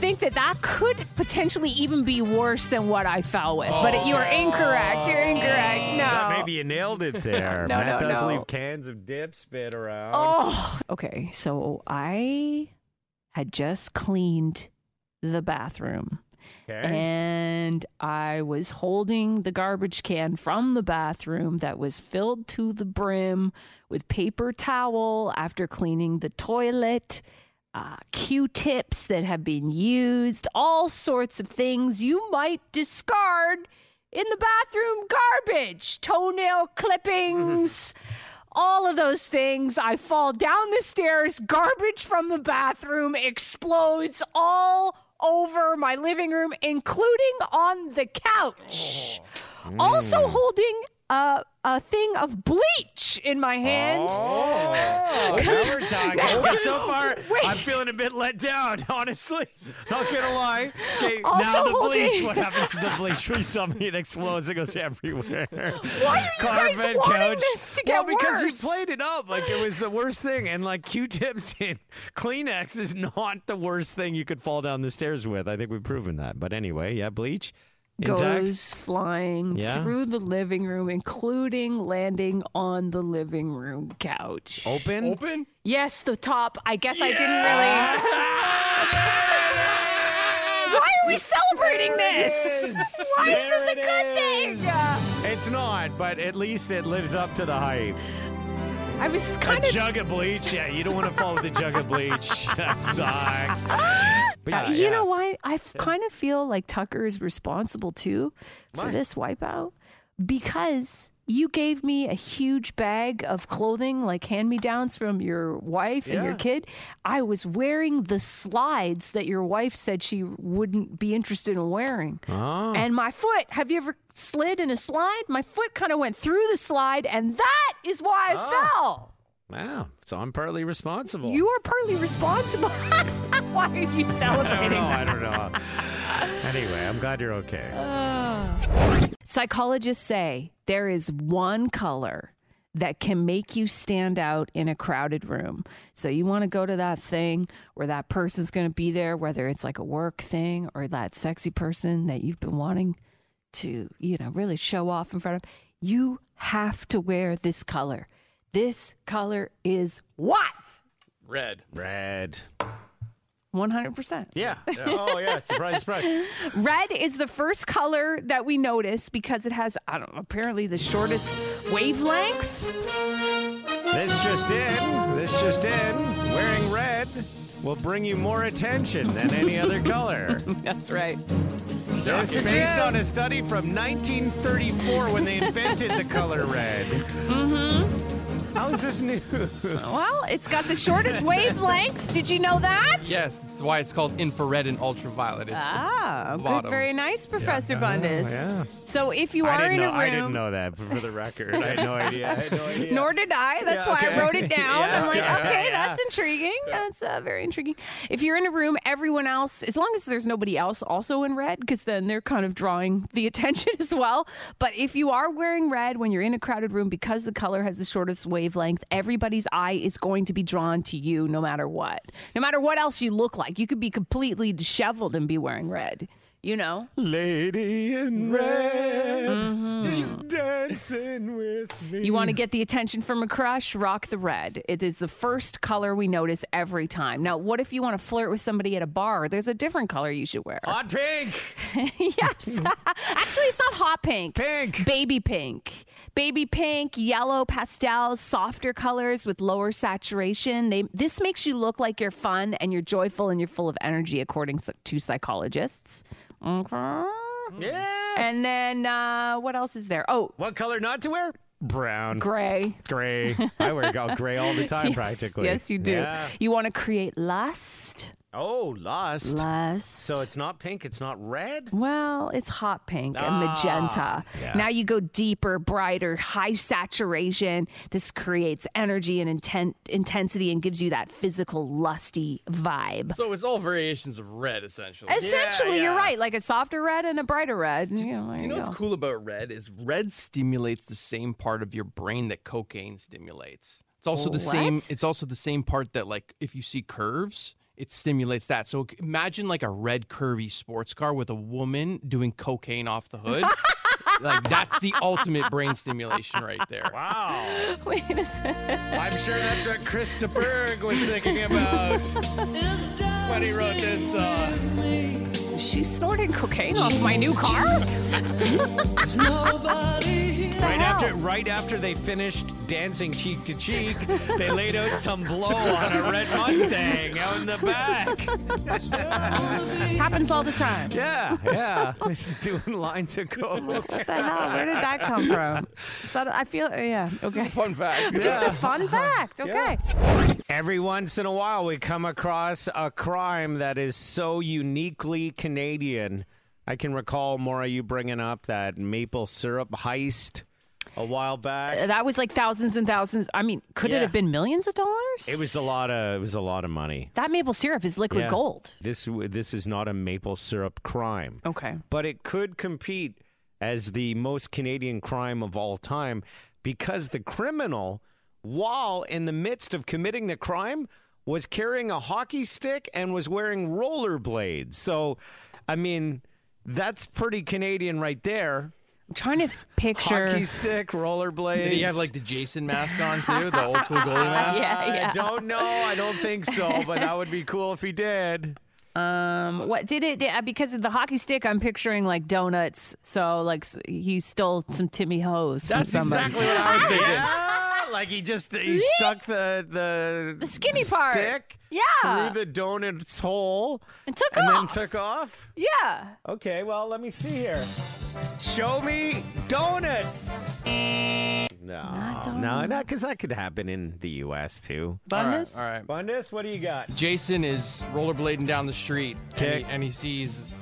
think that that could potentially even be worse than what I fell with, Oh. but you are incorrect. You're incorrect. No. Maybe you nailed it there. No, Matt no, does no. leave cans of dip spit around. Oh. Okay, so I had just cleaned the bathroom. okay. And I was holding the garbage can from the bathroom that was filled to the brim with paper towel after cleaning the toilet, uh, Q tips that have been used, all sorts of things you might discard in the bathroom garbage, toenail clippings. All of those things. I fall down the stairs, garbage from the bathroom explodes all over my living room, including on the couch. Oh. Hmm. Also holding a, a thing of bleach in my hand. Oh, now we're talking. Okay, so far, Wait. I'm feeling a bit let down, honestly. Not gonna lie. Okay, now Also the bleach. holding- What happens to the bleach? We saw me it explodes. It goes everywhere. Why are you guys Carpet, wanting couch. this to get well, because worse? you played it up like it was the worst thing, and like Q-tips and Kleenex is not the worst thing you could fall down the stairs with. I think we've proven that. But anyway, yeah, bleach. goes Intact? flying Yeah. through the living room, including landing on the living room couch. Open? Open? Yes, the top. I guess I didn't really. Why are we celebrating this? Why is this a good thing? It's not, but at least it lives up to the hype. I was A kind of. jug of bleach. Yeah, you don't want to follow the jug of bleach. That sucks. But Uh, yeah, you yeah. know why? I f- kind of feel like Tucker is responsible too for Why? this wipeout because you gave me a huge bag of clothing, like hand me downs from your wife and your Yeah. kid. I was wearing the slides that your wife said she wouldn't be interested in wearing. Oh. And my foot, have you ever slid in a slide? My foot kind of went through the slide, and that is why I fell. Wow. So I'm partly responsible. You are partly responsible. why are you I don't celebrating know. that? I don't know. anyway, I'm glad you're okay. Psychologists say there is one color that can make you stand out in a crowded room. So you want to go to that thing where that person's going to be there, whether it's like a work thing or that sexy person that you've been wanting to, you know, really show off in front of. You have to wear this color. This color is what? Red. Red. 100%. Yeah. Oh yeah. Surprise, surprise. Red is the first color that we notice because it has, I don't know, apparently the shortest wavelength. This just in. This just in. Wearing red will bring you more attention than any other color. That's right. It's based on a study from 1934 when they invented the color red. Mm-hmm. How is this news? Well, it's got the shortest wavelength. Did you know that? Yes, that's why it's called infrared and ultraviolet. It's Ah, good, Bottom. very nice, Professor Bundes. yeah. So if you are I didn't in a know. room, I didn't know that. For the record, I had no idea. I had no idea. nor did I. That's Yeah, why okay. I wrote it down. Yeah, I'm like, yeah, okay, yeah. that's intriguing. That's uh, very intriguing. If you're in a room, everyone else, as long as there's nobody else also in red, because then they're kind of drawing the attention as well. But if you are wearing red when you're in a crowded room, because the color has the shortest wavelength, everybody's eye is going to be drawn to you no matter what. No matter what else you look like, you could be completely disheveled and be wearing red. You know? Lady in red, she's dancing with me. You want to get the attention from a crush? Rock the red. It is the first color we notice every time. Now, what if you want to flirt with somebody at a bar? There's a different color you should wear. hot pink. yes. Actually, it's not hot pink. Pink. Baby pink. Baby pink, yellow pastels, softer colors with lower saturation. They, this makes you look like you're fun and you're joyful and you're full of energy, according s- to psychologists. Okay. Mm. Yeah. And then uh, what else is there? Oh, What color not to wear? Brown. gray. Gray. I wear go- gray all the time, Yes, practically. Yes, you do. Yeah. You want to create lust. Oh, lost. Lust. So it's not pink. It's not red. well, it's hot pink and Ah, magenta. yeah. Now you go deeper, brighter, high saturation. This creates energy and intent intensity and gives you that physical lusty vibe. So it's all variations of red, essentially. Essentially, you're yeah. right. Like a softer red and a brighter red. You know, there You know you what's go. cool about red is red stimulates the same part of your brain that cocaine stimulates. It's also the same. What? It's also the same part that like if you see curves, it stimulates that. So c- imagine like a red curvy sports car with a woman doing cocaine off the hood. like that's the ultimate brain stimulation right there. Wow. Wait a second. I'm sure that's what Krista Berg was thinking about when he wrote this uh, song. She's snorting cocaine off my new car? Right after, right after they finished dancing cheek to cheek, they laid out some blow on a red Mustang out in the back. Happens all the time. Yeah, yeah. Doing lines of coke. What the hell? Where did that come from? So I feel, yeah, okay. Fun fact. Just a fun fact. Okay. Every once in a while, we come across a crime that is so uniquely Canadian. I can recall, Maura, you bringing up that maple syrup heist a while back. That was like thousands and thousands. I mean, could Yeah. it have been millions of dollars? It was a lot of it was a lot of money. That maple syrup is liquid Yeah. gold. This w- this is not a maple syrup crime, Okay. but it could compete as the most Canadian crime of all time because the criminal, while in the midst of committing the crime, was carrying a hockey stick and was wearing rollerblades. So, I mean, That's pretty Canadian right there. I'm trying to picture. Hockey stick, rollerblades. Did he have like the Jason mask on too, the old school goalie mask? Yeah, yeah. I don't know. I don't think so, but that would be cool if he did. Um, what did it? yeah, Because of the hockey stick, I'm picturing like donuts. So like s- he stole some Timmy Hoes from That's somebody. exactly what I was thinking. Ah, Yeah, like he just he stuck the the, The skinny part. stick Yeah. through the donut's hole and took and then off. took off. yeah. Okay, well let me see here. Show me donuts. No, no, no, because that could happen in the U.S. too. All right, Bonus? all right. Bundes, what do you got? Jason is rollerblading down the street and Okay. he, and he sees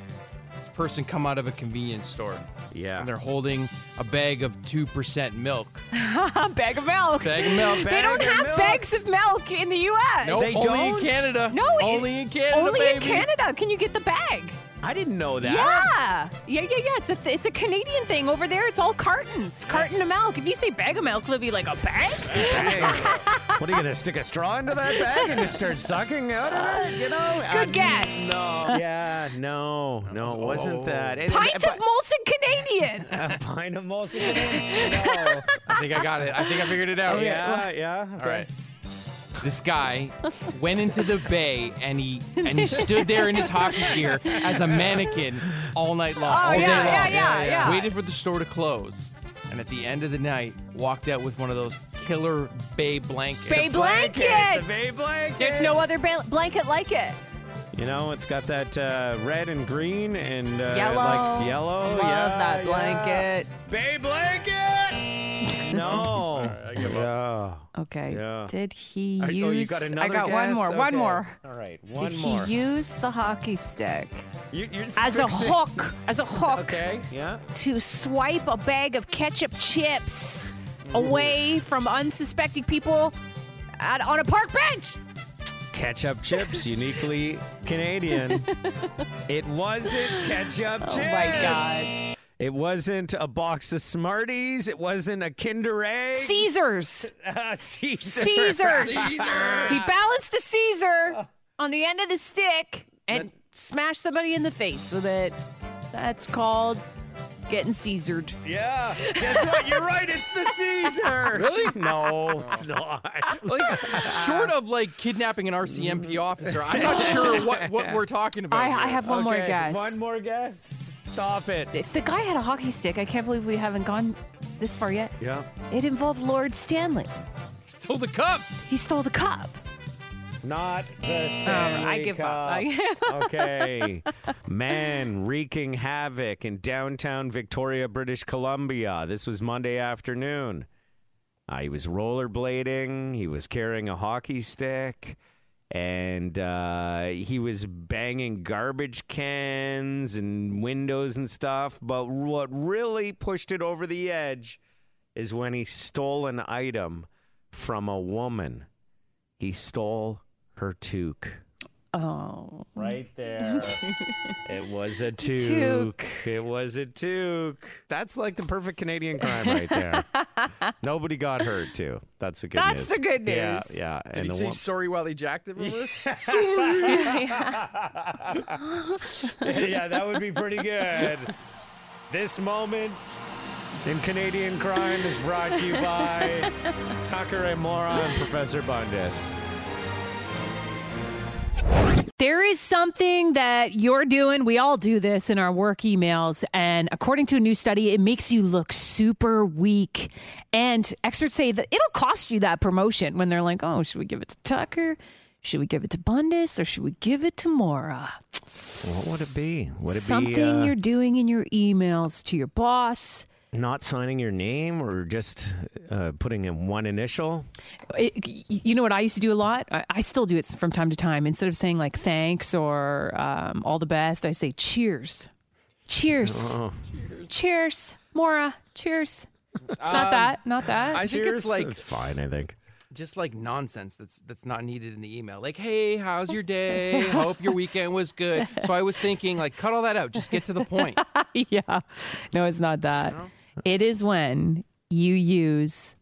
this person come out of a convenience store. Yeah. And they're holding a bag of 2% milk. A bag of milk. Bag of milk. they Bag don't of have milk. bags of milk in the U.S. Nope, They only don't? in Canada. No, it- only in Canada. Only in baby. Canada can you get the bag. I didn't know that. Yeah. Yeah, yeah, yeah. It's a th- it's a Canadian thing. Over there, it's all cartons, carton of milk. If you say bag of milk, they'll be like a bag. Hey, what are you gonna stick a straw into that bag and just start sucking out of it? You know? Good Uh, guess. No. Yeah. No. No, it Oh. wasn't that. And- Pint and- of molten Canadian. a pint of molten. No. I think I got it. I think I figured it out. Oh, Yeah. Yeah. All right. This guy went into the bay and he and he stood there in his hockey gear as a mannequin all night long. Oh, all yeah, day long. yeah, yeah, Yeah, yeah. Waited for the store to close. And at the end of the night, walked out with one of those killer bay blankets. Bay blankets. The Bay blanket. There's no other ba- blanket like it. You know, it's got that uh, red and green and uh, Yellow. like yellow. Love yeah, that yeah. blanket. Bay blanket. no. I give Okay. Yeah. Did he Yeah. use? oh, you got another I got one guess? more. One Okay. more. All right, one Did more. he use the hockey stick You- you're as a fixing- hook? As a hook Okay, yeah. to swipe a bag of ketchup chips away from unsuspecting people at, on a park bench. Ketchup chips, uniquely Canadian. it wasn't ketchup Oh chips. my God. It wasn't a box of Smarties. It wasn't a Kinder Egg. Caesars. Uh, Caesar. Caesars. he balanced a Caesar on the end of the stick and smashed somebody in the face with it. That's called getting Caesared. Yeah. Guess what? You're right. It's the Caesar. really? No, it's not. Like, short of like kidnapping an RCMP officer, I'm not sure what, what we're talking about. I, I here. have one more Okay, guess. One more guess. Stop it. If the guy had a hockey stick, I can't believe we haven't gone this far yet. Yeah. It involved Lord Stanley. stole the cup. He stole the cup. Not the Stanley Um, I give Cup. up. I give up. okay. Man wreaking havoc in downtown Victoria, British Columbia. This was Monday afternoon. Uh, he was rollerblading, he was carrying a hockey stick, and uh, he was banging garbage cans and windows and stuff. But what really pushed it over the edge is when he stole an item from a woman. He stole her toque. Oh. Right there. it was a Toque. toque. It was a toque. That's like the perfect Canadian crime right there. Nobody got hurt, too. That's the good That's news. the good Yeah, news. yeah. Did he the say wo- sorry while he jacked it from her? yeah, that would be pretty good. This moment in Canadian crime is brought to you by Tucker and Mora and Professor Bundes. There is something that you're doing. We all do this in our work emails. And according to a new study, it makes you look super weak. And experts say that it'll cost you that promotion when they're like, oh, should we give it to Tucker? Should we give it to Bundes or should we give it to Mora? What would it be? Would it Something be uh, you're doing in your emails to your boss. not signing your name or just uh, putting in one initial? It- you know what I used to do a lot? I, I still do it from time to time. Instead of saying like thanks or um, all the best, I say cheers. Cheers. Cheers. Mora, cheers. It's not Um, that. Not that. I think it's like it's fine. I think. just like nonsense that's that's not needed in the email. Like, hey, how's your day? Hope your weekend was good. So I was thinking, like, cut all that out. Just get to the point. yeah. No, it's not that. It is when you use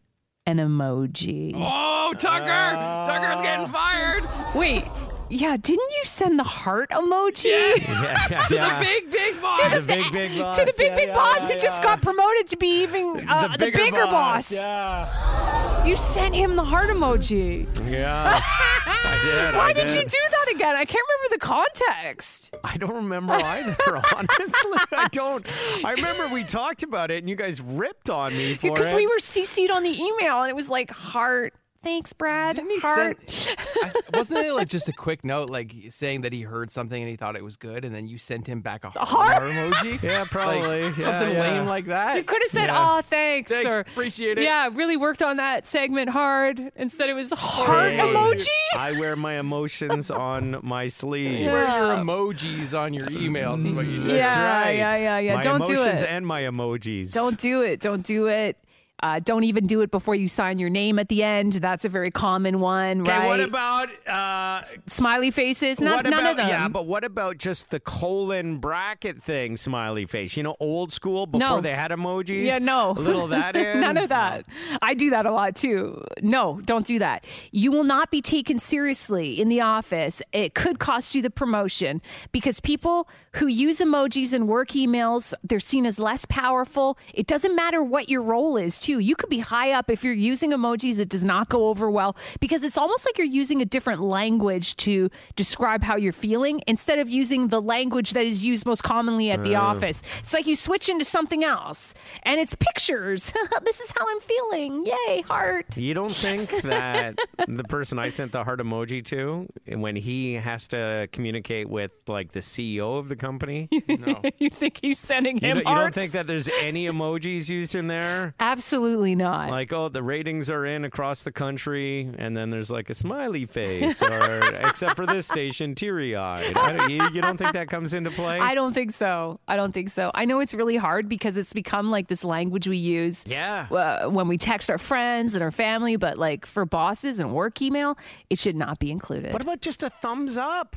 an emoji. oh, Tucker! Tucker's getting fired. Wait. Yeah, didn't you send the heart emoji? Yeah, to yeah. the big, big boss. To the, The big, big boss, to the big, yeah, big yeah, boss who yeah, just yeah. got promoted to be even uh, the, bigger, boss. Yeah. You sent him the heart emoji. Yeah. I did. Why I did you do that again? I can't remember the context. I don't remember either, honestly. I don't. I remember we talked about it and you guys ripped on me for Because it. we were CC'd on the email and it was like heart. Thanks, Brad. Didn't he heart. send- I- wasn't it like just a quick note, like saying that he heard something and he thought it was good, and then you sent him back a heart, heart? emoji? Yeah, probably. Like, Yeah, something yeah. lame like that. You could have said, Yeah. "Oh, thanks." Thanks, or, appreciate it. Yeah, really worked on that segment hard. Instead, it was heart Hey, emoji. I wear my emotions on my sleeve. You wear your Yeah. emojis on your emails. Is what you did. That's Yeah, right. yeah, yeah, yeah. My Don't do emotions it. and my emojis. Don't do it. Don't do it. Uh, don't even do it before you sign your name at the end. That's a very common one, Okay, right? what about uh, smiley faces? what Not, none about, of them. Yeah, but what about just the colon bracket thing, smiley face? You know, old school before No. they had emojis. Yeah, no. A little of that in. None of that. I do that a lot too. No, don't do that. You will not be taken seriously in the office. It could cost you the promotion because people who use emojis in work emails, they're seen as less powerful. It doesn't matter what your role is, too. You could be high up if you're using emojis, it does not go over well because it's almost like you're using a different language to describe how you're feeling instead of using the language that is used most commonly at Oh. the office. It's like you switch into something else and it's pictures. this is how I'm feeling. Yay, heart. You don't think that the person I sent the heart emoji to, when he has to communicate with like the CEO of the company, you, you think he's sending him don't, you don't hearts? think that there's any emojis used in there? Absolutely not. Like, oh, the ratings are in across the country, and then there's like a smiley face, or except for this station, teary eyed. You, you don't think that comes into play? I don't think so. I don't think so. I know it's really hard because it's become like this language we use Yeah. uh, when we text our friends and our family, but like for bosses and work email, it should not be included. What about just a thumbs up?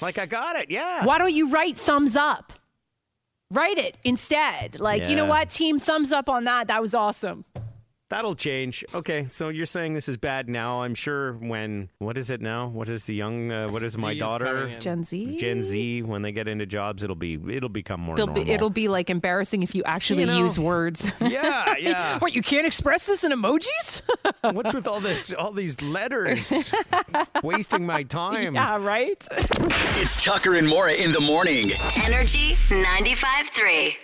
Like, I got it. Yeah. Why don't you write thumbs up? Write it instead. Like, you know Yeah. what, team, thumbs up on that. That was awesome. That'll change. Okay, so you're saying this is bad now. I'm sure when what is it now? What is the young? Uh, what is my is daughter? coming in. Gen Z. Gen Z. When they get into jobs, it'll be it'll become more It'll normal. be, it'll be like embarrassing if you actually know- use words. yeah, yeah. what, you can't express this in emojis? What's with all this? All these letters, wasting my time. yeah, right? It's Tucker and Mora in the morning. Energy 95.3.